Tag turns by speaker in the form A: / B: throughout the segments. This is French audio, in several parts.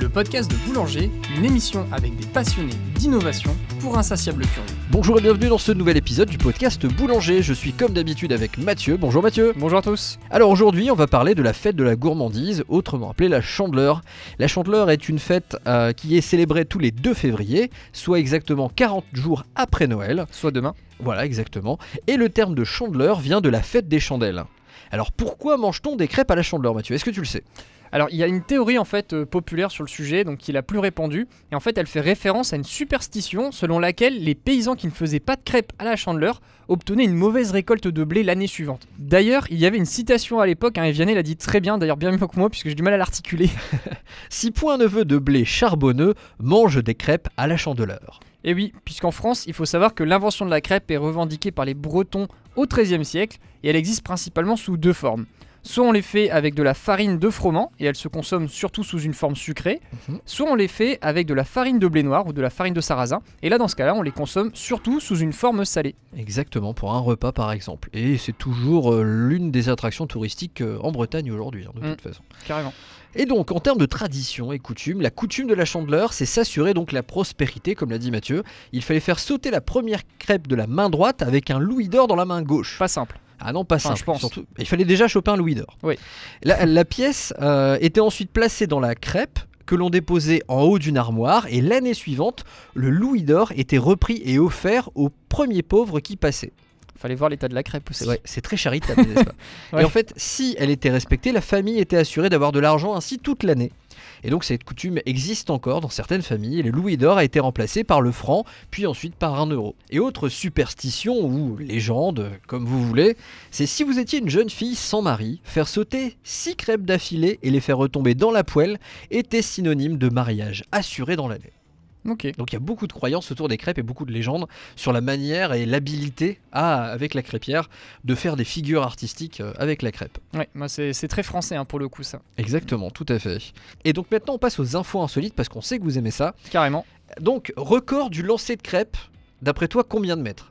A: le podcast de Boulanger, une émission avec des passionnés d'innovation pour insatiables curieux.
B: Bonjour et bienvenue dans ce nouvel épisode du podcast Boulanger. Je suis comme d'habitude avec Mathieu. Bonjour Mathieu.
A: Bonjour à tous.
B: Alors aujourd'hui, on va parler de la fête de la gourmandise, autrement appelée la Chandeleur. La Chandeleur est une fête euh, qui est célébrée tous les 2 février, soit exactement 40 jours après Noël.
A: Soit demain.
B: Voilà, exactement. Et le terme de Chandeleur vient de la fête des chandelles. Alors pourquoi mange-t-on des crêpes à la Chandeleur, Mathieu Est-ce que tu le sais
A: Alors il y a une théorie en fait euh, populaire sur le sujet, donc qui est la plus répandue, et en fait elle fait référence à une superstition selon laquelle les paysans qui ne faisaient pas de crêpes à la Chandeleur obtenaient une mauvaise récolte de blé l'année suivante. D'ailleurs, il y avait une citation à l'époque, hein, et Vianney l'a dit très bien, d'ailleurs bien mieux que moi puisque j'ai du mal à l'articuler.
B: Si point neveu de blé charbonneux mange des crêpes à la Chandeleur.
A: Et Eh oui, puisqu'en France, il faut savoir que l'invention de la crêpe est revendiquée par les Bretons au XIIIe siècle et elle existe principalement sous deux formes. Soit on les fait avec de la farine de froment et elle se consomme surtout sous une forme sucrée,
B: Mhm.
A: soit on les fait avec de la farine de blé noir ou de la farine de sarrasin et là dans ce cas-là on les consomme surtout sous une forme salée.
B: Exactement, pour un repas par exemple. Et c'est toujours euh, l'une des attractions touristiques euh, en Bretagne aujourd'hui, hein, de
A: Mm.
B: toute façon.
A: Carrément.
B: Et donc, en termes de tradition et coutume, la coutume de la chandeleur, c'est s'assurer donc la prospérité, comme l'a dit Mathieu. Il fallait faire sauter la première crêpe de la main droite avec un louis d'or dans la main gauche.
A: Pas simple.
B: Ah non, pas
A: Enfin,
B: simple.
A: je pense.
B: Surtout, il fallait déjà choper un louis d'or.
A: Oui.
B: La, la pièce euh, était ensuite placée dans la crêpe que l'on déposait en haut d'une armoire et l'année suivante, le louis d'or était repris et offert aux premiers pauvres qui passaient.
A: Fallait voir l'état de la crêpe aussi.
B: C'est c'est très charitable, n'est-ce pas
A: Ouais.
B: Et en fait, si elle était respectée, la famille était assurée d'avoir de l'argent ainsi toute l'année. Et donc cette coutume existe encore dans certaines familles. et Le louis d'or a été remplacé par le franc, puis ensuite par un euro. Et autre superstition ou légende, comme vous voulez, c'est si vous étiez une jeune fille sans mari, faire sauter six crêpes d'affilée et les faire retomber dans la poêle était synonyme de mariage assuré dans l'année.
A: Ok.
B: Donc il y a beaucoup de croyances autour des crêpes et beaucoup de légendes sur la manière et l'habilité à, avec la crêpière, de faire des figures artistiques euh, avec la crêpe.
A: Ouais, moi c'est c'est très français hein, pour le coup ça.
B: Exactement, tout à fait. Et donc maintenant on passe aux infos insolites parce qu'on sait que vous aimez ça.
A: Carrément.
B: Donc record du lancer de crêpes, d'après toi combien de mètres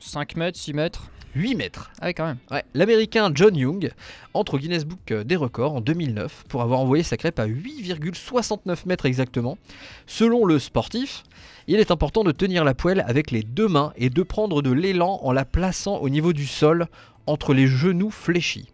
A: 5 mètres, 6 mètres.
B: 8 mètres.
A: Ah ouais quand même.
B: Ouais, l'américain John Young entre au Guinness Book euh, des records en 2009 pour avoir envoyé sa crêpe à 8,69 mètres exactement. Selon le sportif, il est important de tenir la poêle avec les deux mains et de prendre de l'élan en la plaçant au niveau du sol entre les genoux fléchis.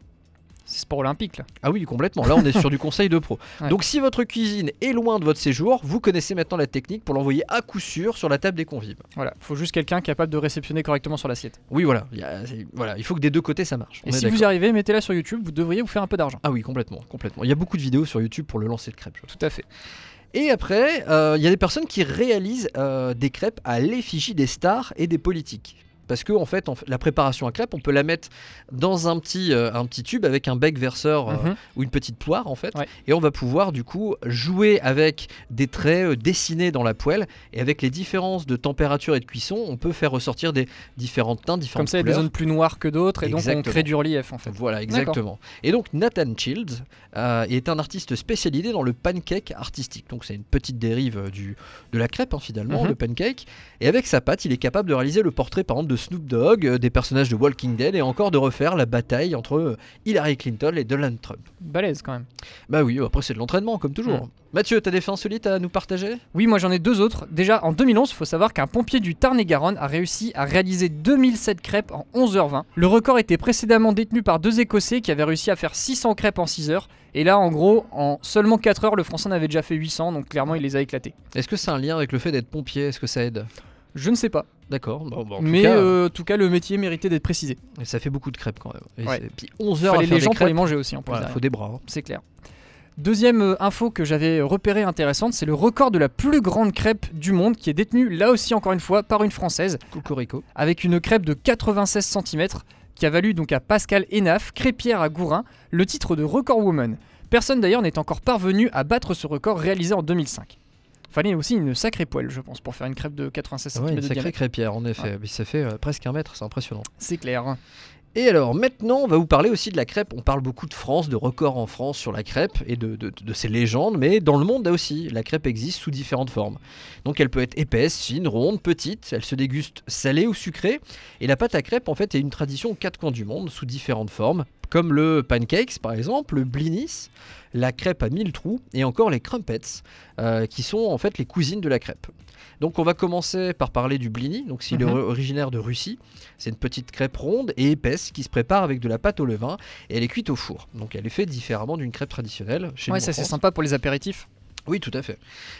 A: C'est sport olympique là.
B: Ah oui, complètement. Là, on est sur du conseil de pro.
A: Ouais.
B: Donc, si votre cuisine est loin de votre séjour, vous connaissez maintenant la technique pour l'envoyer à coup sûr sur la table des convives.
A: Voilà, faut juste quelqu'un capable de réceptionner correctement sur l'assiette.
B: Oui, voilà. Il y a- c'est- voilà. Il faut que des deux côtés ça marche. On
A: Et
B: est
A: si
B: d'accord.
A: vous y arrivez, mettez-la sur YouTube, vous devriez vous faire un peu d'argent.
B: Ah oui, complètement, complètement. Il y a beaucoup de vidéos sur YouTube pour le lancer de crêpes. je
A: Tout à fait.
B: Et après, euh, il y a des personnes qui réalisent euh, des crêpes à l'effigie des stars et des politiques. Parce que en fait, en fait, la préparation à crêpes, on peut la mettre dans un petit, euh, un petit tube avec un bec verseur euh,
A: Mhm.
B: ou une petite poire en fait.
A: Ouais.
B: Et on va pouvoir du coup jouer avec des traits euh, dessinés dans la poêle. Et avec les différences de température et de cuisson, on peut faire ressortir des différentes teintes,
A: Comme
B: différentes
A: ça, il y a des
B: couleurs.
A: zones plus noires que d'autres, et donc on
B: Exactement. Mmh.
A: crée du relief en fait.
B: Voilà, exactement. Et donc Nathan Shields euh, est un artiste spécialisé dans le pancake artistique. Donc c'est une petite dérive euh, du, de la crêpe hein, finalement,
A: Mhm.
B: le pancake. Et avec sa patte, il est capable de réaliser le portrait par exemple de Snoop Dogg, euh, des personnages de Walking Dead et encore de refaire la bataille entre euh, Hillary Clinton et Donald Trump.
A: Balèze quand même.
B: Bah oui, après c'est de l'entraînement comme toujours.
A: Mhm.
B: Mathieu, t'as des faits insolites à nous partager
A: Oui, moi j'en ai deux autres. Déjà, en 2011, faut savoir qu'un pompier du Tarn-et-Garonne a réussi à réaliser 2007 crêpes en 11h20. Le record était précédemment détenu par deux Écossais qui avaient réussi à faire 600 crêpes en 6 heures. Et là, en gros, en seulement 4 heures, le Français en avait déjà fait 800, donc clairement il les a éclatés.
B: Est-ce que c'est un lien avec le fait d'être pompier Est-ce que ça aide
A: Je ne sais pas,
B: D'accord, bon, bah, en tout
A: mais
B: cas,
A: euh, en tout cas, le métier méritait d'être précisé.
B: ça fait beaucoup de crêpes quand même. Et
A: Ouais.
B: c'est- Puis 11
A: Il
B: heures à
A: fallait
B: faire
A: les
B: des
A: gens pour les
B: crêpes,
A: manger aussi en plus.
B: voilà,
A: derrière.
B: faut des bras. hein.
A: c'est clair. Deuxième euh, info que j'avais repérée intéressante, c'est le record de la plus grande crêpe du monde qui est détenue là aussi encore une fois par une Française
B: Cocorico.
A: avec une crêpe de 96 cm qui a valu donc à Pascal Hénaff, crêpière à Gourin, le titre de record woman. Personne d'ailleurs n'est encore parvenu à battre ce record réalisé en 2005. Fallait aussi une sacrée poêle, je pense, pour faire une crêpe de 96
B: Ah Ouais,
A: cm
B: une
A: de
B: sacrée
A: diamètre.
B: crêpière, en effet. Mais ça fait euh, presque un mètre, c'est impressionnant.
A: C'est clair.
B: Et alors, maintenant, on va vous parler aussi de la crêpe. On parle beaucoup de France, de records en France sur la crêpe et de, de- de ses légendes, mais dans le monde, là aussi, la crêpe existe sous différentes formes. Donc, elle peut être épaisse, fine, ronde, petite, elle se déguste salée ou sucrée. Et la pâte à crêpe, en fait, est une tradition aux quatre coins du monde, sous différentes formes. comme le pancakes par exemple, le blinis, la crêpe à mille trous et encore les crumpets, euh, qui sont en fait les cousines de la crêpe. Donc on va commencer par parler du blini, donc s'il est
A: Mhm.
B: or- originaire de Russie. C'est une petite crêpe ronde et épaisse qui se prépare avec de la pâte au levain et elle est cuite au four. Donc elle est faite différemment d'une crêpe traditionnelle chez
A: Ouais,
B: nous en
A: ça c'est
B: France.
A: sympa pour les apéritifs.
B: Oui, tout à fait.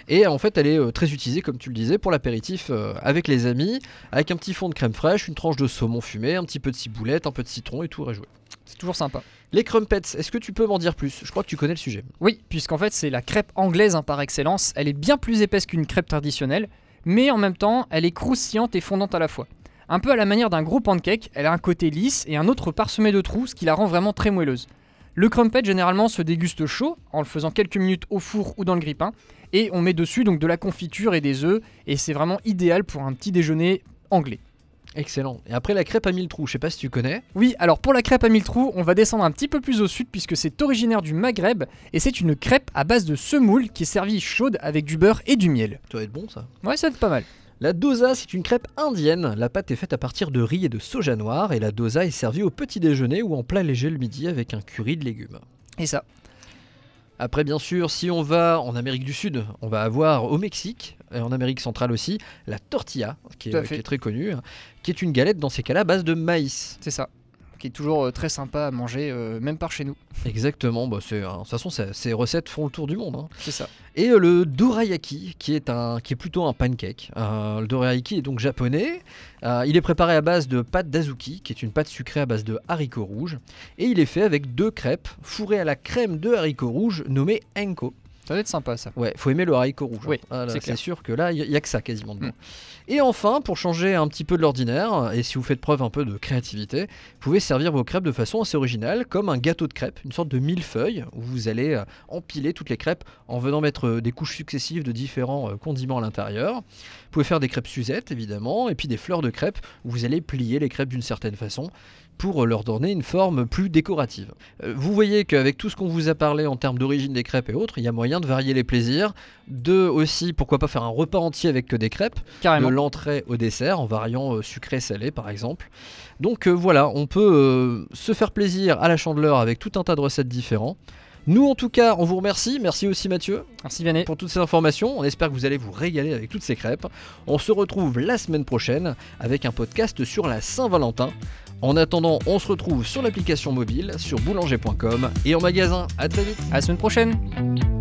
B: Et euh, en fait, elle est euh, très utilisée, comme tu le disais, pour l'apéritif euh, avec les amis, avec un petit fond de crème fraîche, une tranche de saumon fumé, un petit peu de ciboulette, un peu de citron et tout réjoué.
A: C'est toujours sympa.
B: Les crumpets, est-ce que tu peux m'en dire plus Je crois que tu connais le sujet.
A: Oui, puisqu'en fait, c'est la crêpe anglaise hein, par excellence. Elle est bien plus épaisse qu'une crêpe traditionnelle, mais en même temps, elle est croustillante et fondante à la fois. Un peu à la manière d'un gros pancake, elle a un côté lisse et un autre parsemé de trous, ce qui la rend vraiment très moelleuse. Le crumpet généralement se déguste chaud, en le faisant quelques minutes au four ou dans le grille-pain, et on met dessus donc de la confiture et des œufs, et c'est vraiment idéal pour un petit déjeuner anglais.
B: Excellent. Et après, la crêpe à mille trous, je sais pas si tu connais.
A: Oui, alors pour la crêpe à mille trous, on va descendre un petit peu plus au sud puisque c'est originaire du Maghreb et c'est une crêpe à base de semoule qui est servie chaude avec du beurre et du miel.
B: Ça doit être bon ça.
A: Ouais, ça va être pas mal.
B: La dosa, c'est une crêpe indienne. La pâte est faite à partir de riz et de soja noir, et la dosa est servie au petit déjeuner ou en plat léger le midi avec un curry de légumes.
A: Et ça.
B: Après, bien sûr, si on va en Amérique du Sud, on va avoir au Mexique, et en Amérique centrale aussi, la tortilla, qui
A: Tout à
B: est,
A: fait.
B: qui est très connue, qui est une galette dans ces cas-là à base de maïs.
A: C'est ça. Qui est toujours euh, très sympa à manger, euh, même par chez nous.
B: Exactement, bah, c'est- de toute façon, ça- ces recettes font le tour du monde. hein.
A: C'est ça.
B: Et euh, le dorayaki, qui est, un, qui est plutôt un pancake. Euh, le dorayaki est donc japonais. Euh, il est préparé à base de pâte d'azuki, qui est une pâte sucrée à base de haricots rouges. Et il est fait avec deux crêpes fourrées à la crème de haricots rouges nommée enko.
A: Ça va être sympa ça.
B: Ouais, faut aimer le haricot rouge. hein.
A: Oui,
B: Ah là,
A: c'est
B: c'est
A: clair.
B: sûr que là, il n'y a que ça quasiment dedans.
A: Mm.
B: Et enfin, pour changer un petit peu de l'ordinaire, et si vous faites preuve un peu de créativité, vous pouvez servir vos crêpes de façon assez originale, comme un gâteau de crêpes, une sorte de millefeuille, où vous allez euh, empiler toutes les crêpes en venant mettre euh, des couches successives de différents euh, condiments à l'intérieur. Vous pouvez faire des crêpes Suzette, évidemment, et puis des fleurs de crêpes, où vous allez plier les crêpes d'une certaine façon pour euh, leur donner une forme plus décorative. Euh, Vous voyez qu'avec tout ce qu'on vous a parlé en termes d'origine des crêpes et autres, il y a moyen de varier les plaisirs. De aussi, pourquoi pas faire un repas entier avec que des crêpes, de
A: Carrément.
B: l'entrée au dessert, en variant sucré-salé par exemple. Donc euh, voilà, on peut euh, se faire plaisir à la chandeleur avec tout un tas de recettes différentes. Nous en tout cas, on vous remercie. Merci aussi Mathieu
A: Merci Vianney.
B: pour toutes ces informations. On espère que vous allez vous régaler avec toutes ces crêpes. On se retrouve la semaine prochaine avec un podcast sur la Saint-Valentin. En attendant, on se retrouve sur l'application mobile, sur boulanger.com et en magasin. À très vite.
A: À la semaine prochaine.